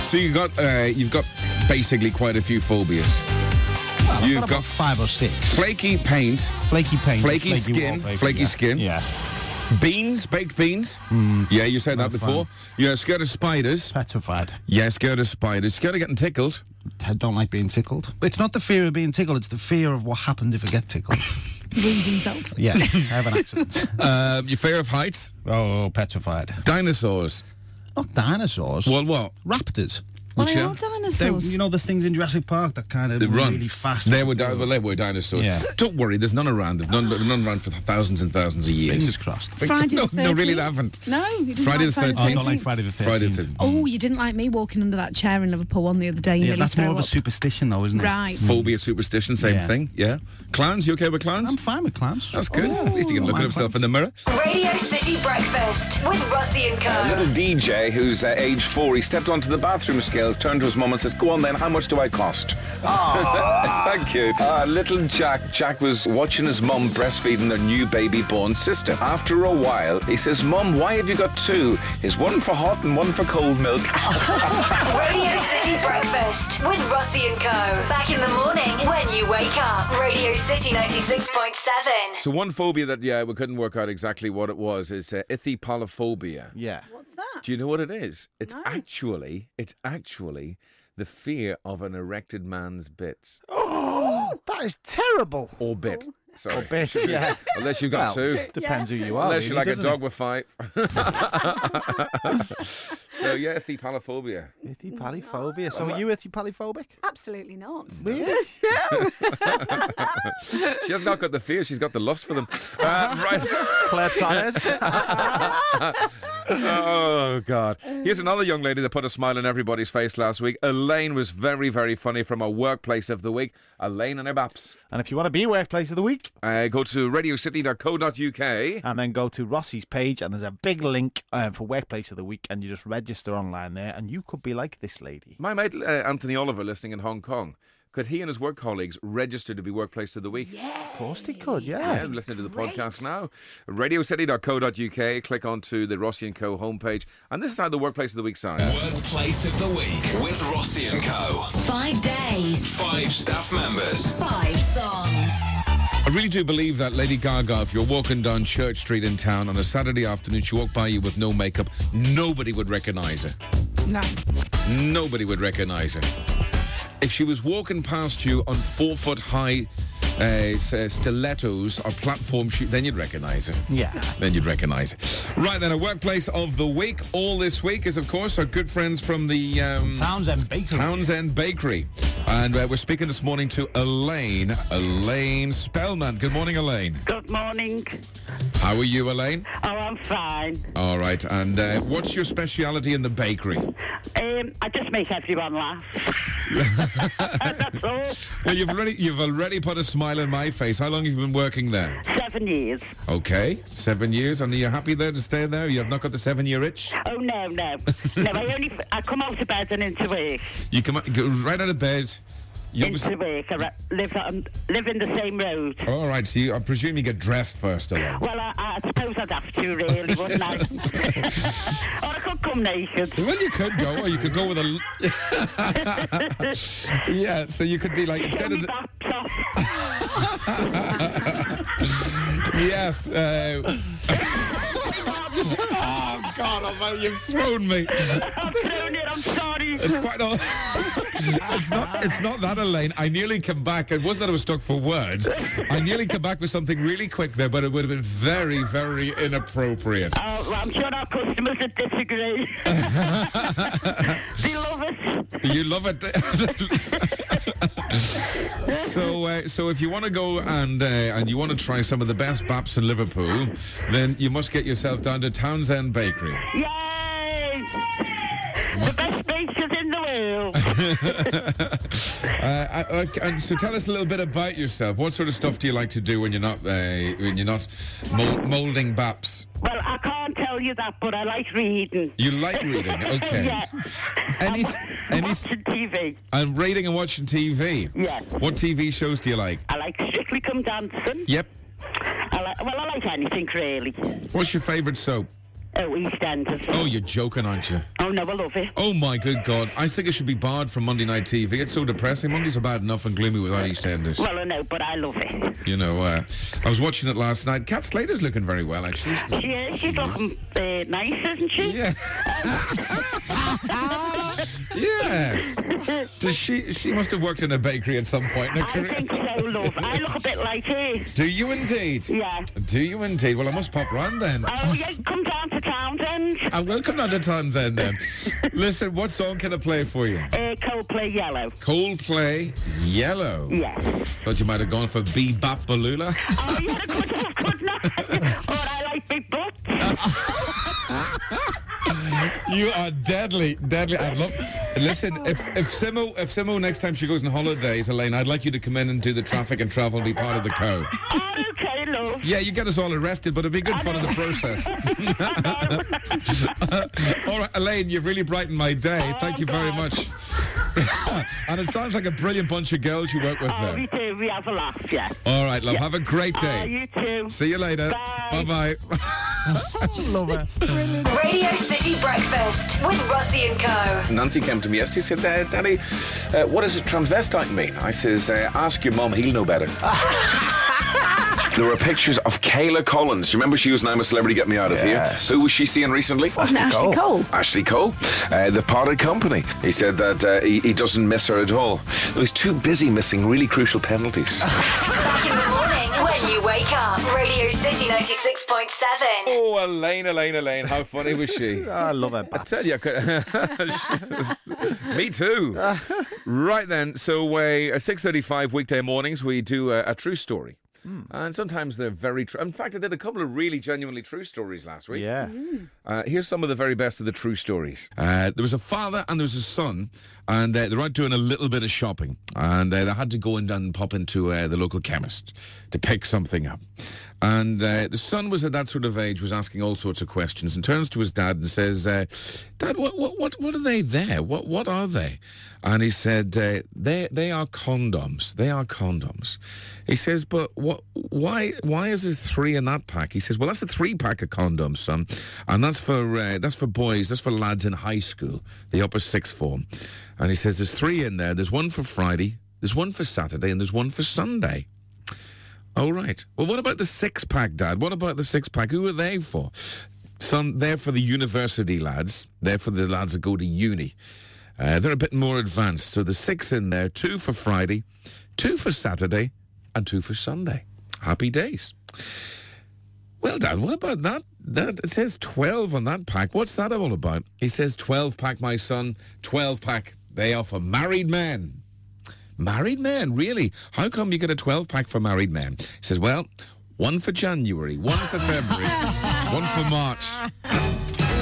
B: So you got uh, you've got basically quite a few phobias. you've got,
F: five or six.
B: Flaky paint.
F: Flaky paint.
B: Flaky,
F: flaky
B: skin.
F: wallpaper,
B: Flaky
F: yeah.
B: skin.
F: Yeah.
B: Beans, baked beans. Hmm, Yeah, you said that before. You're scared of spiders.
F: Petrified.
B: Yeah, scared of spiders. Scared of getting tickled.
F: I don't like being tickled. It's not the fear of being tickled, it's the fear of what happened if I get tickled.
Q: Lose himself.
F: yeah, I have an accident.
B: Um, your fear of heights.
F: Oh, petrified.
B: Dinosaurs.
F: Not dinosaurs.
B: Well, what?
F: Raptors.
Q: Why
B: Which,
Q: are all
B: yeah?
E: dinosaurs?
F: They- you know the things in Jurassic Park that kind of
B: They run.
F: really fast.
B: They were, di- well, they were dinosaurs.
F: Yeah.
B: Don't worry, there's none around. There's none, none around for thousands and thousands of years.
F: Fingers crossed.
E: Friday
B: no,
E: the 13th.
B: no, really, they haven't.
E: No, you didn't
B: Friday
E: like
B: the 13th.
F: Oh, I don't like Friday the 13th.
B: Friday the 13th.
E: Oh, you didn't like me walking under that chair in Liverpool one the other day. You
B: Yeah,
E: nearly
B: that's
E: threw
B: more of a
E: up.
F: superstition, though, isn't
E: it? Right.
B: Phobia, superstition, same
F: Yeah.
B: thing. Yeah. Clowns, you okay with clowns? I'm
F: fine with clowns.
B: That's good.
A: Oh,
B: At least he can look at himself in the mirror.
A: Radio City Breakfast with Rossi and
B: A
A: Co.
B: little DJ who's uh, age four, he stepped onto the bathroom scales, turned to his mum and says, Go on then, how much do I cost?
S: Aw.
B: It's that cute. Ah, little Jack. Jack was watching his mum breastfeeding their new baby born sister. After a while, he says, Mum, why have you got two? Is one for hot and one for cold milk?
A: Radio City Breakfast with Rossi and Co. Back in the morning when you wake up. Radio City 96.7.
T: So one phobia that yeah we couldn't work out exactly what it was is uh, ithypalophobia.
C: Yeah.
D: What's that?
T: Do you know what it is? It's actually it's actually the fear of an erected man's bits
C: Oh, that is terrible.
T: or bit. Sorry.
C: Or bit,
T: Should be-
C: yeah.
T: Unless you've got
C: Well,
T: two.
C: depends who you are,
T: Unless you're
C: really,
T: like a
C: doesn't
T: dog
C: it?
T: with five. so yeah, ithypalophobia.
C: Ithypalophobia. So are you ithypalophobic?
D: Ah. Absolutely not.
C: Really?
T: she has not got the fear, she's got the lust for them. Uh, right.
C: Claire Tyres.
T: oh God! Here's another young lady that put a smile on everybody's face last week. Elaine was very, very funny from our workplace of the week. Elaine and her baps.
C: and if you want to be workplace of the week,
T: Uh, go to radiocity.co.uk.
C: and then go to Rossi's page, and there's a big link uh, for workplace of the week, and you just register online there, and you could be like this lady.
T: My mate uh, Anthony Oliver, listening in Hong Kong, could he and his work colleagues register to be workplace of the week? Yeah.
C: Of course, they could.
T: Yeah,
C: Yeah.
T: I'm listening to the podcast now. Radiocity.co.uk. Click onto the Rossi and Co homepage, and this is how the workplace of the week sounds.
H: Workplace of the week with Rossi and Co.
A: Five days,
H: Five staff members.
A: five songs.
B: I really do believe that Lady Gaga, if you're walking down Church Street in town on a Saturday afternoon, she walked by you with no makeup, nobody would recognise her.
E: No.
B: nobody would recognize her. If she was walking past you on four foot high uh, s- uh, stilettos or platform shoes, then you'd recognize her.
C: Yeah.
B: Then you'd recognize her. Right then, a workplace of the week. All this week is, of course, our good friends from the um,
F: Townsend Bakery.
B: Townsend Bakery. And uh, we're speaking this morning to Elaine. Elaine Spellman. Good morning, Elaine.
K: Good morning.
B: How are you, Elaine?
K: Oh, I'm fine.
B: All right. And uh, what's your speciality in the bakery?
K: Um, I just make everyone laugh. That's all.
B: Well, you've already you've already put a smile on my face. How long have you been working there?
K: Seven years.
B: Okay, seven years, and are you happy there to stay there? You have not got the seven-year itch.
K: Oh no, no, no! I only I come out of bed and into work.
B: You come out- go right out of bed. You
K: Into work. I re- live on, live in the same road.
B: obviously- All right, so you, I presume you get dressed first, Elaine.
K: Well, I, I suppose I'd have to really, wouldn't I? or I could come naked.
B: Well, you could go, or you could go with a. l- yeah, so you could be like instead of. The... yes. Uh... oh God! I'm out- You've thrown me.
K: I've thrown it. I'm sorry.
B: It's quite not. it's not. It's not that, Elaine. I nearly come back. It wasn't that I was stuck for words. I nearly come back with something really quick there, but it would have been very, very inappropriate.
K: Oh, well, I'm sure our customers would disagree. they love it.
B: You love it. so, uh, so if you want to go and uh, and you want to try some of the best baps in Liverpool, then you must get yourself down to Townsend Bakery.
K: Yay! The best bakers in the world.
B: Uh, I- I- and so tell us a little bit about yourself. What sort of stuff do you like to do when you're not uh, when you're not mol- molding baps?
K: Well, I can't tell you that, but I like reading.
B: You like reading, okay?
K: yeah.
B: Any, any,
K: Watching TV.
B: I'm reading and watching TV.
K: Yes.
B: What TV shows do you like?
K: I like Strictly Come Dancing.
B: Yep.
K: I li- well, I like anything, really.
B: What's your favourite soap?
K: Oh, EastEnders.
B: Oh, you're joking, aren't you?
K: Oh, no, I love it.
B: Oh my good God! I think it should be barred from Monday night TV. It's so depressing. Mondays are bad enough and gloomy without EastEnders.
K: Well, I know, but I love it.
B: You know, uh, I was watching it last night. Kat Slater's looking very well, actually.
K: She is. She's looking uh, nice, isn't she?
B: Yes. Does she? She must have worked in a bakery at some point in her
K: I
B: career.
K: think so, love. I look a bit like her.
B: Do you indeed?
K: Yeah.
B: Do you indeed? Well, I must pop round then.
K: Oh, yeah, come down to
U: Townsend.
B: And welcome down to Towns End then. Listen, what song can I play for you?
U: Uh, Coldplay Yellow.
B: Coldplay Yellow.
U: Yes.
B: Thought you might have gone for Bebop Balula. You are deadly, deadly. I'd love. Listen, if if Simo if Simo next time she goes on holidays, Elaine, I'd like you to come in and do the traffic and travel, be part of the co.
U: okay, love.
B: Yeah, you get us all arrested, but it'd be good fun in the process. all right, Elaine, you've really brightened my day. Thank you very much. and it sounds like a brilliant bunch of girls you work with
U: Oh,
K: Um,
B: there.
U: we do. We have a laugh, yeah.
B: All right, love.
U: Yeah.
B: Have a great
U: Ah,
B: day.
U: you too.
B: See you later. Bye bye.
C: Love it.
H: Radio City Breakfast with Rossi and Co.
V: Nancy came to me yesterday said, uh, Daddy, uh, what does a transvestite mean? I says, uh, ask your mum, he'll know better. there were pictures of Kayla Collins. You Remember she was now a celebrity, get me out of here. Who was she seeing recently?
A: Wasn't it Ashley Ashley Cole?
V: Ashley Cole. Uh, the parted company. He said that uh, he, he doesn't miss her at all. No, he's too busy missing really crucial penalties.
H: Back in the morning when you wake up. Radio City 96.7.
B: Oh, Elaine, Elaine, Elaine. How funny was she?
C: I love her.
B: I tell you, I could... me too. right then. So, uh, six thirty-five weekday mornings, we do a, a true story, and sometimes they're very true. In fact, I did a couple of really genuinely true stories last week.
C: Yeah.
D: Mm.
B: Uh, here's some of the very best of the true stories. Uh, there was a father and there was a son, and uh, they were out doing a little bit of shopping, and uh, they had to go and, and pop into uh, the local chemist to pick something up. And uh, the son was at that sort of age, was asking all sorts of questions, and turns to his dad and says, uh, "Dad, what, what, what, what are they there? What, what are they?" And he said, uh, "They, they are condoms. They are condoms." He says, "But what? Why, why is there three in that pack?" He says, "Well, that's a three-pack of condoms, son, and that's for uh, that's for boys. That's for lads in high school, the upper sixth form." And he says, "There's three in there. There's one for Friday, there's one for Saturday, and there's one for Sunday." Oh, right. Well, what about the six pack, Dad? What about the six pack? Who are they for? Some, they're for the university lads. They're for the lads that go to uni. Uh, they're a bit more advanced. So the six in there two for Friday, two for Saturday, and two for Sunday. Happy days. Well, Dad, what about that? That it says twelve on that pack. What's that all about? He says twelve pack, my son. Twelve pack. They are for married men. Married men, really? How come you get a 12 pack for married men? He says, well, one for January, one for February, one for March.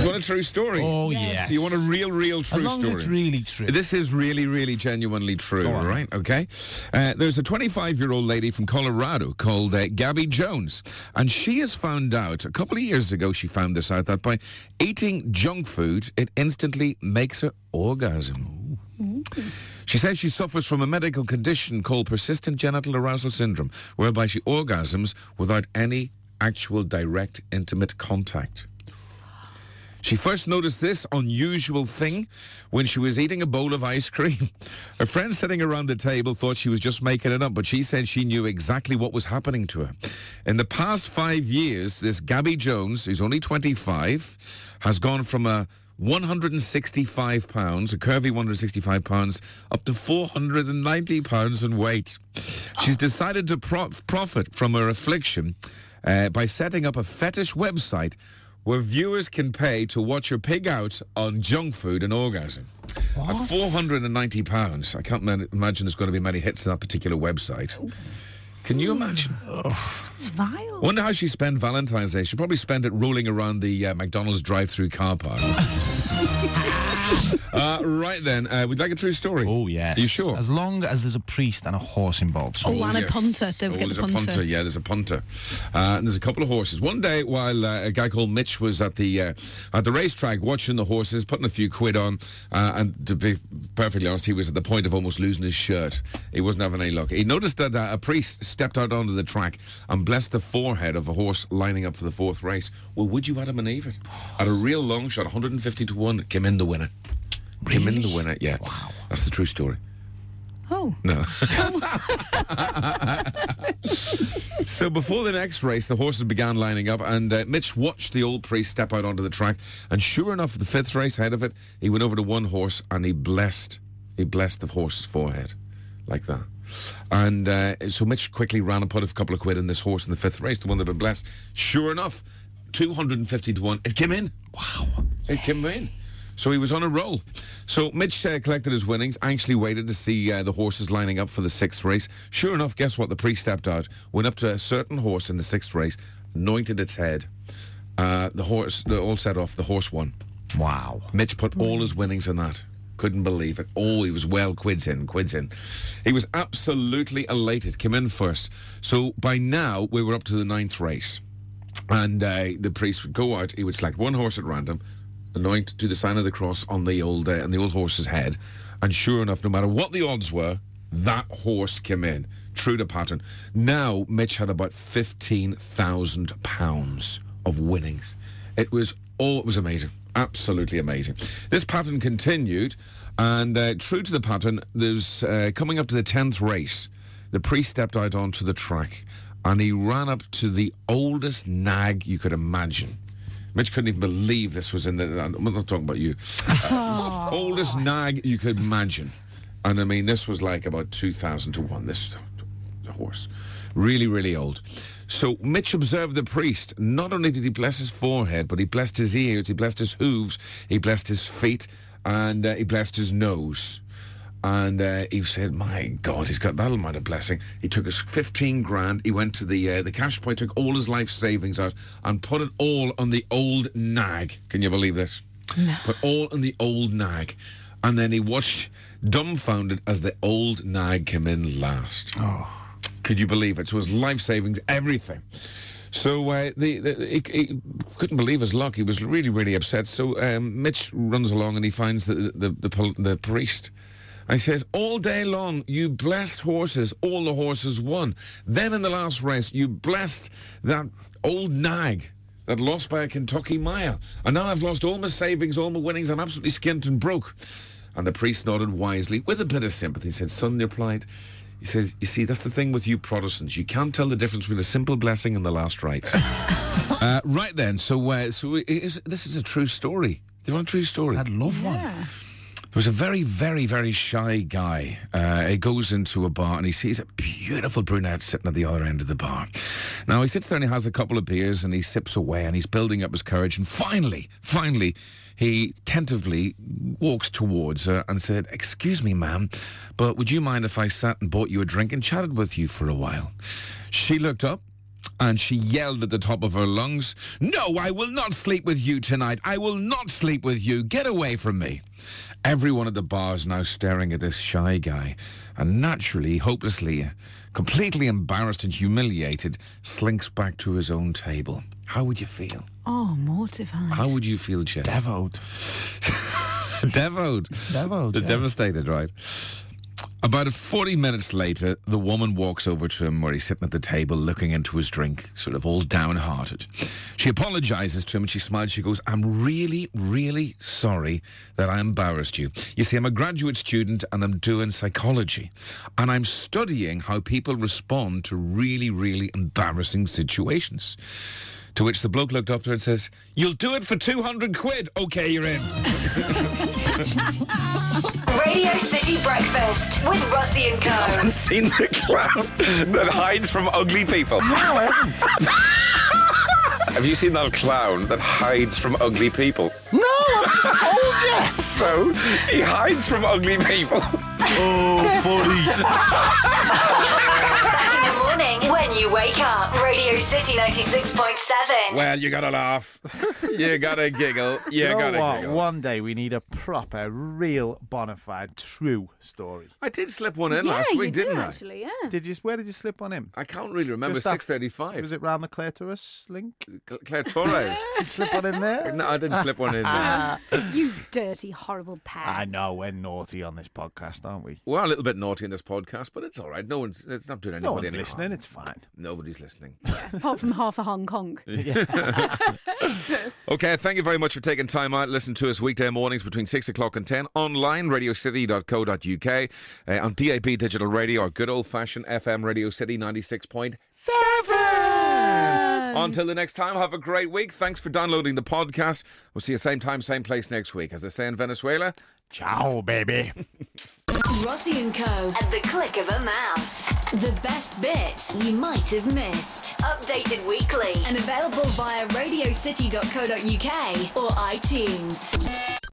B: You want a true story? Oh,
F: yes.
B: So you want a real, real true
F: As long as
B: story?
F: it's really true.
B: This is really, really genuinely true, all right? Okay. Uh, there's a 25 year old lady from Colorado called uh, Gabby Jones, and she has found out a couple of years ago, she found this out that by eating junk food, it instantly makes her orgasm. She says she suffers from a medical condition called persistent genital arousal syndrome, whereby she orgasms without any actual direct intimate contact. She first noticed this unusual thing when she was eating a bowl of ice cream. Her friends sitting around the table thought she was just making it up, but she said she knew exactly what was happening to her. In the past five years, this Gabby Jones, who's only 25, has gone from a 165 pounds, a curvy 165 pounds, up to 490 pounds in weight. She's decided to pro- profit from her affliction uh, by setting up a fetish website where viewers can pay to watch her pig out on junk food and orgasm. At 490 pounds, I can't man- imagine there's going to be many hits to that particular website. Can you imagine?
Q: It's vile.
B: Wonder how she spent Valentine's Day. She probably spent it rolling around the uh, McDonald's drive-through car park. uh, right then, uh, we'd like a true story. Oh yeah. You sure?
F: As long as there's a priest and a horse involved.
Q: Oh, and a punter. Don't
B: Oh,
Q: forget
B: there's
Q: the
B: a punter.
Q: punter.
B: Yeah, there's a punter, uh, and there's a couple of horses. One day, while uh, a guy called Mitch was at the uh, at the racetrack watching the horses, putting a few quid on, uh, and to be perfectly honest, he was at the point of almost losing his shirt. He wasn't having any luck. He noticed that uh, a priest stepped out onto the track and blessed the forehead of a horse lining up for the fourth race. Well, would you Adam and Eve it? At a real long shot, 150 to one, came in the winner. Came in the winner. Yeah, wow. That's the true story.
Q: Oh.
B: No. so before the next race, the horses began lining up, and uh, Mitch watched the old priest step out onto the track. And sure enough, the fifth race ahead of it, he went over to one horse and he blessed, he blessed the horse's forehead, like that. And uh, so Mitch quickly ran and put a couple of quid in this horse in the fifth race, the one that had been blessed. Sure enough, 250 to 1. It came in. Wow. It came in. So he was on a roll. So Mitch uh, collected his winnings. I actually waited to see uh, the horses lining up for the sixth race. Sure enough, guess what? The priest stepped out, went up to a certain horse in the sixth race, anointed its head. Uh, the horse, they all set off. The horse won. Wow. Mitch put all his winnings in that. Couldn't believe it. Oh, he was well quids in, quids in. He was absolutely elated. Came in first. So by now, we were up to the ninth race. And uh, the priest would go out. He would select one horse at random, anoint to the sign of the cross on the old uh, on the old horse's head, and sure enough, no matter what the odds were, that horse came in true to pattern. Now Mitch had about fifteen thousand pounds of winnings. It was all it was amazing, absolutely amazing. This pattern continued, and uh, true to the pattern, there's uh, coming up to the tenth race. The priest stepped out onto the track and he ran up to the oldest nag you could imagine. Mitch couldn't even believe this was in the. I'm not talking about you. Uh, oldest nag you could imagine. And I mean, this was like about 2,000 to 1. This the horse. Really, really old. So Mitch observed the priest. Not only did he bless his forehead, but he blessed his ears, he blessed his hooves, he blessed his feet, and uh, he blessed his nose. And uh, he said, "My God, he's got that amount of blessing." He took his fifteen grand. He went to the uh, the cash point, took all his life savings out, and put it all on the old nag. Can you believe this? Put all on the old nag, and then he watched dumbfounded as the old nag came in last. Oh, could you believe it? So his life savings, everything. So uh, the, the, he, he couldn't believe his luck. He was really, really upset. So um, Mitch runs along and he finds the the, the, pol- the priest. And he says, All day long you blessed horses, all the horses won. Then in the last race, you blessed that old nag that lost by a Kentucky mile. And now I've lost all my savings, all my winnings. I'm absolutely skint and broke. And the priest nodded wisely with a bit of sympathy. He said, Son, replied, he says, You see, that's the thing with you Protestants. You can't tell the difference between a simple blessing and the last rites. uh, right then, so, uh, so it is, this is a true story. Do you want a true story? I'd love one. There was a very, very, very shy guy. Uh, he goes into a bar and he sees a beautiful brunette sitting at the other end of the bar. Now he sits there and he has a couple of beers and he sips away and he's building up his courage. And finally, finally, he tentatively walks towards her and said, "Excuse me, ma'am, but would you mind if I sat and bought you a drink and chatted with you for a while?" She looked up and she yelled at the top of her lungs, No, I will not sleep with you tonight. I will not sleep with you. Get away from me. Everyone at the bar is now staring at this shy guy, and naturally, hopelessly, completely embarrassed and humiliated, slinks back to his own table. How would you feel?
Q: Oh, mortified.
B: How would you feel, Jeff? Devout. Devout. Devout. Devastated, right? About 40 minutes later, the woman walks over to him where he's sitting at the table looking into his drink, sort of all downhearted. She apologizes to him and she smiles. She goes, I'm really, really sorry that I embarrassed you. You see, I'm a graduate student and I'm doing psychology. And I'm studying how people respond to really, really embarrassing situations. To which the bloke looked up to her and says, You'll do it for 200 quid. Okay, you're in.
H: Radio City Breakfast with Rossi and Co.
A: haven't seen the clown that hides from ugly people. No, I haven't. Have you seen that clown that hides from ugly people?
E: No, I'm just old yet.
A: So he hides from ugly people.
E: Oh,
H: Back in the morning when you wake up. Radio City 96.7.
N: Well, you gotta laugh. you gotta giggle. You,
C: know
N: gotta
C: what?
N: giggle.
C: One day we need a proper, real, bona fide, true story.
N: I did slip one in last week, didn't I?
C: yeah. Did you? Where did you slip on him?
N: I can't really remember.
C: Just after-
N: 6.35.
C: Was it round the clitoris link?
N: Claire Torres.
C: you slip one in there?
N: No, I didn't slip one in there.
D: you dirty, horrible pet.
C: I know we're naughty on this podcast, aren't we?
N: We're a little bit naughty in this podcast, but it's all right. No one's. It's not doing anybody
C: No one's
N: any harm.
C: listening. It's fine.
N: Nobody's listening.
D: Apart from half a Hong Kong.
N: okay, thank you very much for taking time out. Listen to us weekday mornings between 6 o'clock and 10 online, radiocity.co.uk, uh, on DAB Digital Radio, or good old fashioned FM Radio City 96.7. Until the next time, have a great week. Thanks for downloading the podcast. We'll see you same time, same place next week. As they say in Venezuela, ciao, baby.
H: Rossi and Co. at the click of a mouse. The best bits you might have missed. Updated weekly and available via radiocity.co.uk or iTunes.